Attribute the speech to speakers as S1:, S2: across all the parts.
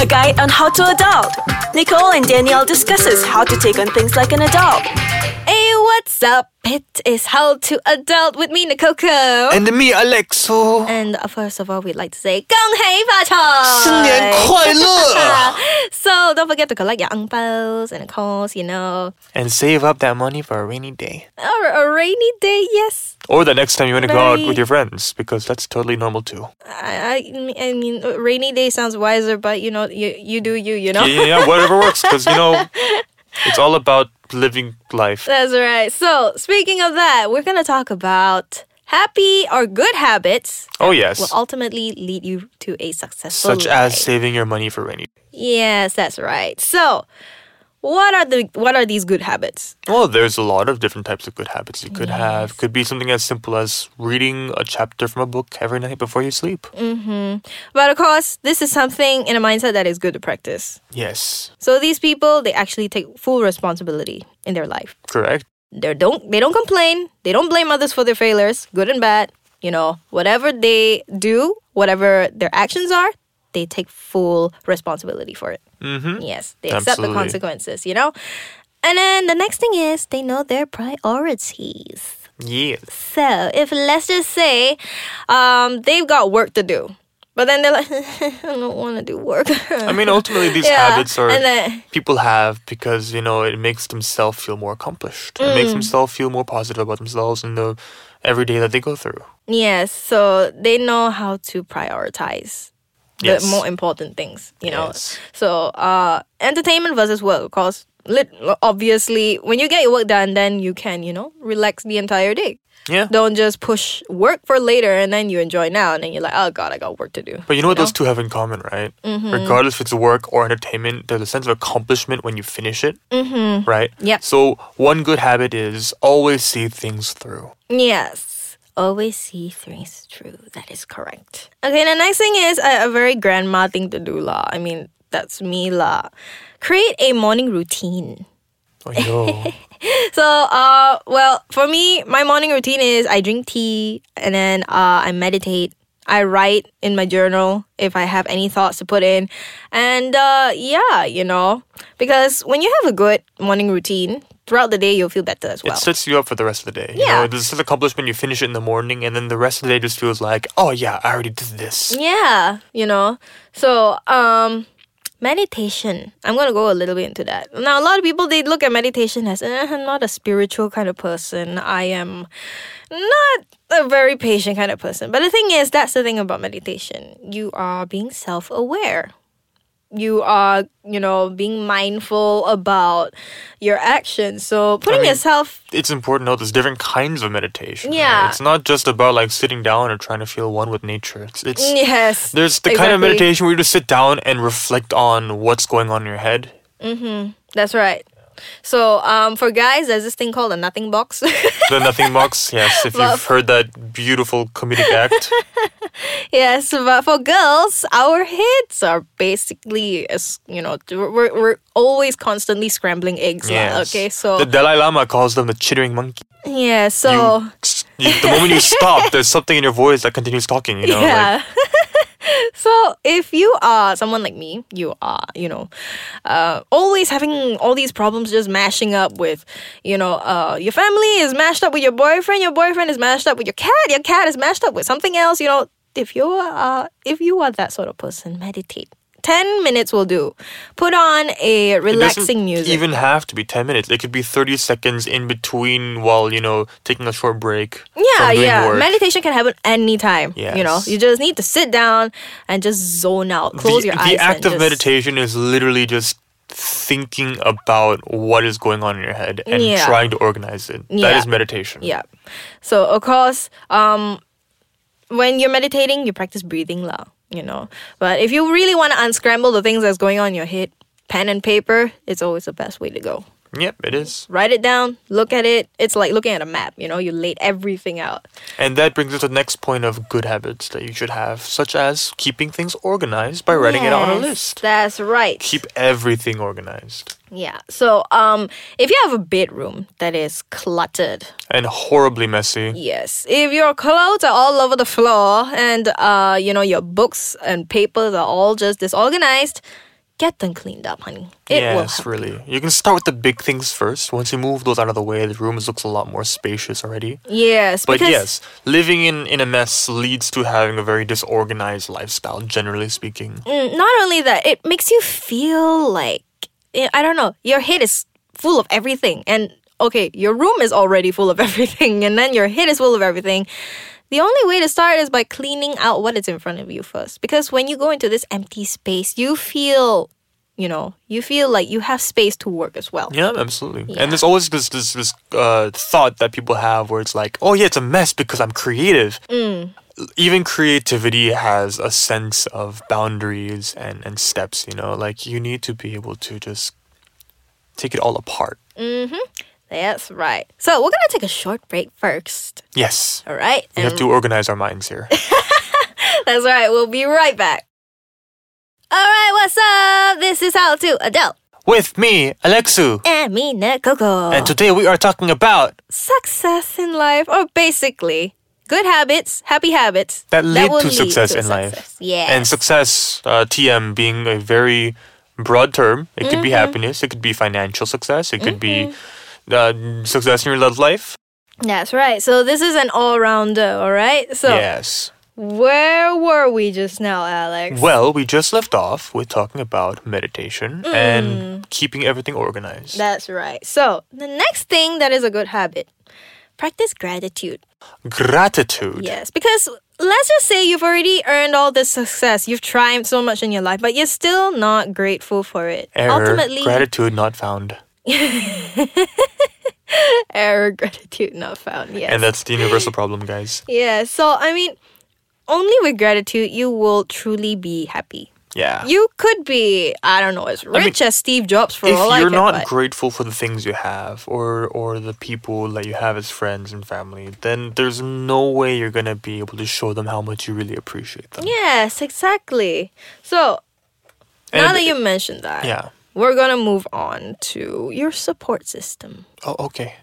S1: a guide on how to adult. Nicole and Danielle discusses how to take on things like an adult.
S2: Hey, what's up? It is How to Adult with me, Nikoko.
S3: And me, Alexo.
S2: And uh, first of all, we'd like to say 恭喜发财!
S3: 新年快乐!
S2: so don't forget to collect your angpaos and calls, you know.
S3: and save up that money for a rainy day.
S2: Or a rainy day, yes.
S3: Or the next time you want to go out
S2: Right.
S3: with your friends, because that's totally normal too.
S2: I, I, I mean, uh, rainy day sounds wiser, but you know, you, you do you, you know?
S3: Yeah, yeah, yeah, whatever works, because you know, it's all about living life.
S2: That's right. So, speaking of that, we're going to talk about happy or good habits
S3: Oh, yes.
S2: will ultimately lead you to a successful
S3: Such
S2: life.
S3: as saving your money for rainy
S2: Yes, that's right. So, what are the what are these good habits?
S3: Well, there's a lot of different types of good habits you could have. Could be something as simple as reading a chapter from a book every night before you sleep.
S2: But of course, this is something in a mindset that is good to practice.
S3: Yes,
S2: So these people, they actually take full responsibility in their life.
S3: correct.
S2: They don't they don't complain. They don't blame others for their failures, good and bad. You know, whatever they do, whatever their actions are, they take full responsibility for it. Mm-hmm. Yes, they accept
S3: Absolutely.
S2: the consequences. You know, and then the next thing is they know their priorities.
S3: Yes.
S2: So if let's just say um, they've got work to do, but then they're like, I don't want to do work.
S3: I mean, ultimately, these
S2: Yeah,
S3: habits are
S2: and then-
S3: people have because you know it makes themselves feel more accomplished. It
S2: Mm.
S3: makes themselves feel more positive about themselves in the everyday that they go through.
S2: yes, so they know how to prioritize the
S3: Yes.
S2: more important things, you know.
S3: Yes.
S2: So uh, entertainment versus work, of course. Lit- obviously, when you get your work done, then you can, you know, relax the entire day.
S3: Yeah.
S2: Don't just push work for later and then you enjoy now and then you're like, oh god, I got work to do.
S3: But you know what those two have in common, right?
S2: Mm-hmm.
S3: Regardless if it's work or entertainment, there's a sense of accomplishment when you finish it, mm-hmm. right?
S2: Yep.
S3: So one good habit is always see things through.
S2: Yes. Always see things through. That is correct. Okay, the next thing is a, a very grandma thing to do, lah. I mean, that's me, lah. Create a morning routine.
S3: Oh no,
S2: So, uh, well, for me, my morning routine is I drink tea and then uh, I meditate. I write in my journal if I have any thoughts to put in. And uh, yeah, you know, because when you have a good morning routine, throughout the day, you'll feel better as well.
S3: it sets you up for the rest of the day. You
S2: Yeah.
S3: know, this is accomplishment. You finish it in the morning, and then the rest of the day just feels like, oh yeah, I already did this.
S2: Yeah, you know. So, um meditation. I'm going to go a little bit into that. Now, a lot of people they look at meditation as eh, I'm not a spiritual kind of person. I am not a very patient kind of person. But the thing is, that's the thing about meditation. You are being self-aware. You are, you know, being mindful about your actions. So, putting yourself
S3: It's important to know there's different kinds of meditation. right?
S2: Yeah.
S3: it's not just about like sitting down or trying to feel one with nature. It's it's
S2: yes.
S3: there's the kind of
S2: exactly.
S3: meditation where you just sit down and reflect on what's going on in your head.
S2: That's right. So um, for guys, there's this thing called a nothing box.
S3: The Nothing Box, yes. If you've heard that beautiful comedic act,
S2: yes, but for girls, our heads are basically, as you know, we're, we're always constantly scrambling eggs. lah,
S3: yes.
S2: Okay, so
S3: the Dalai Lama calls them the chittering monkey.
S2: yeah,
S3: You-
S2: so
S3: you- the moment you stop, there's something in your voice that continues talking. You know,
S2: yeah. so if you are someone like me, you are, you know, uh, always having all these problems just mashing up with, you know, uh, your family is mashed up with your boyfriend, your boyfriend is mashed up with your cat, your cat is mashed up with something else, you know. If you are, uh, if you are that sort of person, meditate. Ten minutes will do. Put on a
S3: It doesn't
S2: relaxing music.
S3: Even have to be ten minutes. It could be thirty seconds in between while you know taking a short break.
S2: Yeah,
S3: from doing
S2: yeah.
S3: Work.
S2: Meditation can happen anytime. You know,
S3: Yes.
S2: you just need to sit down and just zone out. Close
S3: the,
S2: your
S3: the
S2: eyes.
S3: act
S2: and
S3: of
S2: just-
S3: meditation is literally just thinking about what is going on in your head and
S2: Yeah.
S3: trying to organize it. That
S2: Yeah.
S3: is meditation.
S2: Yeah. So of course, um, when you're meditating, you practice breathing lah, you know. But if you really want to unscramble the things that's going on in your head, pen and paper is always the best way to go.
S3: Yep, it is.
S2: Write it down, look at it. It's like looking at a map, you know, you laid everything out.
S3: And that brings us to the next point of good habits that you should have, such as keeping things organized by writing it out on a
S2: Yes,
S3: list.
S2: That's right.
S3: Keep everything organized
S2: Yeah. So um if you have a bedroom that is cluttered,
S3: and horribly messy.
S2: Yes. If your clothes are all over the floor and uh, you know your books and papers are all just disorganized, Get them cleaned up, honey. It will
S3: yes,
S2: help.
S3: really. You can start with the big things first. Once you move those out of the way, the room looks a lot more spacious already.
S2: Yes,
S3: But
S2: because
S3: yes, living in, in a mess leads to having a very disorganized lifestyle, generally speaking.
S2: Mm, not only that, it makes you feel like eh, I don't know, your head is full of everything, and okay, your room is already full of everything, and then your head is full of everything. The only way to start is by cleaning out what is in front of you first, because when you go into this empty space, you feel, you know, you feel like you have space to work as well.
S3: Yeah, absolutely.
S2: Yeah.
S3: And there's always this this, this uh, thought that people have where it's like, oh yeah, it's a mess because I'm creative.
S2: Mm.
S3: Even creativity has a sense of boundaries and and steps. You know, like you need to be able to just take it all apart.
S2: That's right. So we're gonna take a short break first.
S3: Yes,
S2: All right.
S3: we have to organize our minds here.
S2: That's right. We'll be right back. All right, what's up? This is How to Adele
S3: With me, Alexu,
S2: and me, Nekoko.
S3: and today we are talking about
S2: success in life, or basically good habits, happy habits
S3: that lead
S2: will
S3: to success in life.
S2: success. Yes.
S3: And success, uh, TM being a very broad term, it could be
S2: Mm-hmm.
S3: happiness, it could be financial success, it could be
S2: Mm-hmm.
S3: uh, success in your love life.
S2: That's right. So this is an all-rounder. All right. So
S3: yes.
S2: where were we just now, Alex?
S3: Well, we just left off with talking about meditation
S2: Mm.
S3: and keeping everything organized.
S2: That's right. So the next thing that is a good habit, practice gratitude.
S3: Gratitude.
S2: Yes, because let's just say you've already earned all this success. You've triumphed so much in your life, but you're still not grateful for it.
S3: Error.
S2: Ultimately,
S3: Gratitude not found.
S2: error, gratitude not found. Yes.
S3: And that's the universal problem, guys.
S2: yeah, so I mean, only with gratitude you will truly be happy.
S3: Yeah.
S2: You could be, I don't know, as
S3: mean,
S2: rich as Steve Jobs for all
S3: if
S2: I
S3: you're
S2: care.
S3: not
S2: but-
S3: grateful for the things you have or or the people that you have as friends and family then there's no way you're gonna be able to show them how much you really appreciate them
S2: yes, exactly. So now
S3: And-
S2: that you mentioned that,
S3: yeah
S2: we're gonna move on to your support system.
S3: oh okay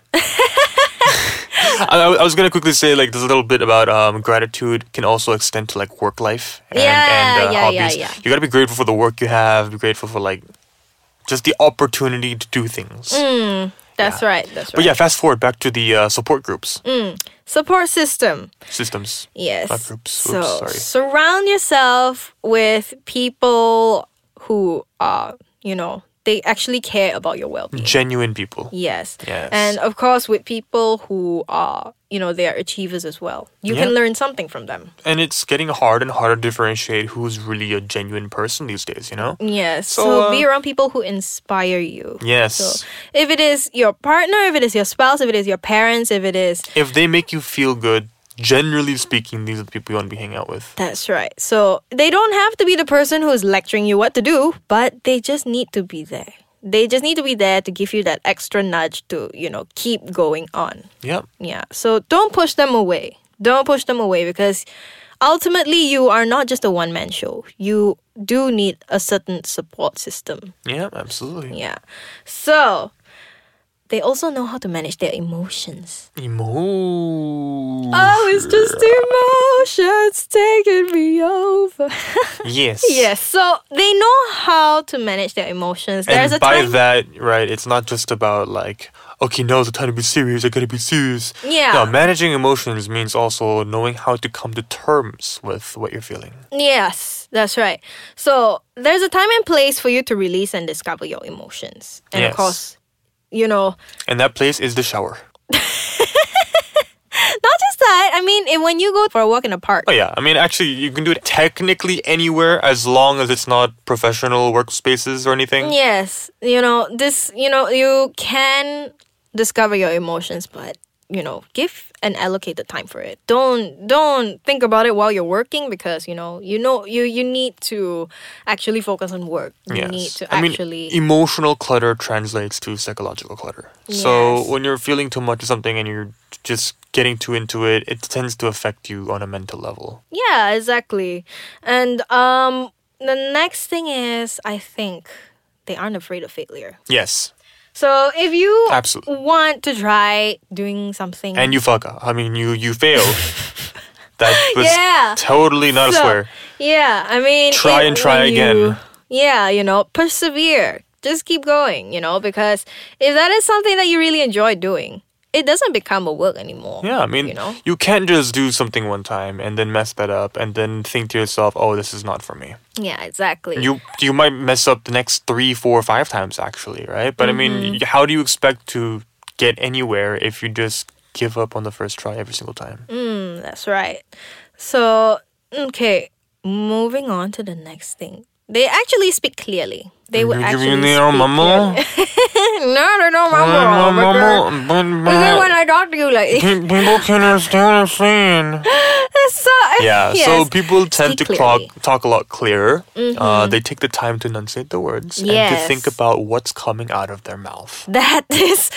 S3: I, I was gonna quickly say like there's a little bit about um, gratitude can also extend to like work life and,
S2: Yeah,
S3: and
S2: yeah,
S3: uh,
S2: yeah,
S3: hobbies
S2: yeah.
S3: you gotta be grateful for the work you have be grateful for like just the opportunity to do things
S2: Mm. That's
S3: Yeah.
S2: right. That's right.
S3: but yeah fast forward back to the uh, support groups
S2: Mm. Support system.
S3: systems
S2: Yes.
S3: Not groups.
S2: So
S3: Oops, sorry.
S2: surround yourself with people who are, you know, they actually care about your well being.
S3: genuine people
S2: Yes.
S3: Yes.
S2: And of course, with people who are, you know, they are achievers as well. You
S3: Yeah.
S2: can learn something from them.
S3: and it's getting hard and harder to differentiate who's really a genuine person these days, you know?
S2: Yes. So,
S3: So, uh,
S2: be around people who inspire you.
S3: Yes.
S2: So if it is your partner, if it is your spouse, if it is your parents, if it is
S3: if they make you feel good, generally speaking, these are the people you want to be hanging out with.
S2: That's right. So they don't have to be the person who's lecturing you what to do, but they just need to be there. They just need to be there to give you that extra nudge to, you know, keep going on.
S3: Yeah.
S2: Yeah. So don't push them away. Don't push them away because ultimately you are not just a one man show. You do need a certain support system.
S3: Yeah, absolutely.
S2: Yeah. So they also know how to manage their emotions.
S3: Emo-
S2: Oh, it's just emotions taking me over.
S3: Yes.
S2: Yes, so they know how to manage their emotions. There's a
S3: And by
S2: time.
S3: that, right, it's not just about like, okay, now's the time to be serious, I gotta be serious.
S2: Yeah.
S3: No, managing emotions means also knowing how to come to terms with what you're feeling.
S2: yes, that's right. So there's a time and place for you to release and discover your emotions. And of
S3: Yes.
S2: course, you know,
S3: And that place is the shower.
S2: not just that. I mean, and when you go for a walk in a park,
S3: Oh yeah, I mean actually you can do it technically anywhere as long as it's not professional workspaces or anything.
S2: yes, you know, this, you know, you can discover your emotions, but you know, give an allocated time for it. Don't don't think about it while you're working because you know you know you you need to actually focus on work. You
S3: Yes.
S2: need to
S3: I mean,
S2: actually
S3: emotional clutter translates to psychological clutter. So
S2: Yes.
S3: when you're feeling too much of something and you're just getting too into it, it tends to affect you on a mental level.
S2: Yeah, exactly. And um the next thing is I think they aren't afraid of failure.
S3: Yes.
S2: So if you
S3: Absolutely.
S2: want to try doing something
S3: And you fuck up. I mean you you fail. that was
S2: Yeah.
S3: totally not a
S2: So,
S3: swear.
S2: Yeah, I mean
S3: Try
S2: it-
S3: and try
S2: when you-
S3: again.
S2: Yeah, you know, persevere. Just keep going, you know, because if that is something that you really enjoy doing, it doesn't become a work anymore.
S3: Yeah, I mean,
S2: you know,
S3: you can't just do something one time and then mess that up and then think to yourself, "Oh, this is not for me."
S2: yeah, exactly.
S3: You you might mess up the next three, four, five times actually, right? But I mean, y- how do you expect to get anywhere if you just give up on the first try every single time?
S2: Mm, That's right. So, okay, moving on to the next thing. They actually speak clearly. They would
S3: You
S2: actually
S3: mean
S2: speak
S3: they are mumble? Mm,
S2: clearly. no, no, no, mumble. mumble.
S3: Mumble, but-
S2: Because when I
S3: but-
S2: talk to you like
S3: pe- People can understand what I'm saying.
S2: so,
S3: Yeah, so
S2: yes.
S3: people tend to
S2: Speak
S3: talk,
S2: clearly. Mm-hmm.
S3: talk a lot clearer. Uh, they take the time to enunciate the words and to
S2: Yes.
S3: think about what's coming out of their mouth.
S2: That is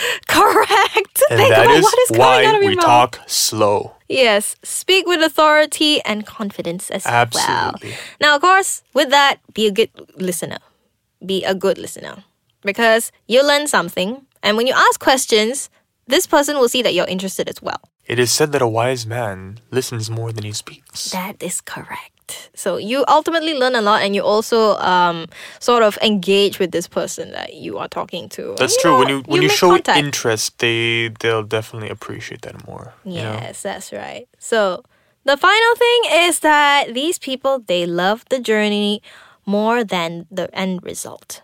S2: correct.
S3: And
S2: Think
S3: that
S2: about
S3: is,
S2: what is coming out
S3: why
S2: of your
S3: we
S2: mouth.
S3: talk slow.
S2: Yes, speak with authority and confidence as
S3: Absolutely.
S2: well. Now, of course, with that, be a good listener. Be a good listener because you learn something, and when you ask questions, this person will see that you're interested as well.
S3: It is said that a wise man listens more than he speaks.
S2: That is correct. So you ultimately learn a lot, and you also um, sort of engage with this person that you are talking to. And
S3: That's
S2: you
S3: true.
S2: know,
S3: when you when you,
S2: make
S3: show
S2: contact.
S3: interest, they they'll definitely appreciate that more. you know?
S2: Yes, that's right. So the final thing is that these people they love the journey more than the end result.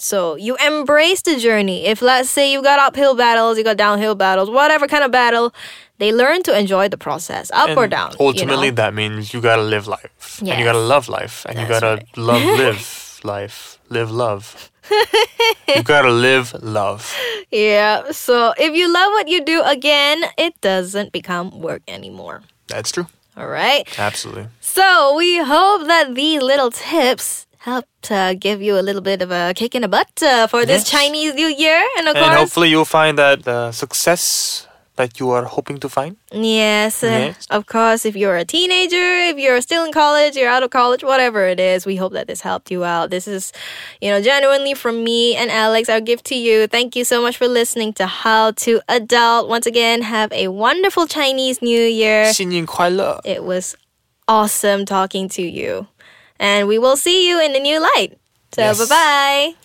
S2: So you embrace the journey. If let's say you got uphill battles, you got downhill battles, whatever kind of battle, they learn to enjoy the process, up or
S3: And
S2: down. you know?
S3: Ultimately, that means you gotta live life, and you gotta
S2: Yes.
S3: love life, and you
S2: That's
S3: gotta love live life, live love. you gotta live love.
S2: yeah. So if you love what you do, again, it doesn't become work anymore.
S3: That's true.
S2: All right.
S3: Absolutely.
S2: So we hope that these little tips helped uh, give you a little bit of a kick in the butt uh, for this
S3: Yes.
S2: Chinese New Year, and of
S3: And
S2: course,
S3: hopefully, you'll find that uh, success that you are hoping to find.
S2: yes, uh,
S3: Yes.
S2: of course, if you're a teenager, if you're still in college, you're out of college, whatever it is, we hope that this helped you out. This is, you know, genuinely from me and Alex, our gift to you. Thank you so much for listening to How to Adult. Once again, have a wonderful Chinese New Year.
S3: 新年快乐.
S2: It was awesome talking to you. And we will see you in the new light. So,
S3: Yes.
S2: bye bye.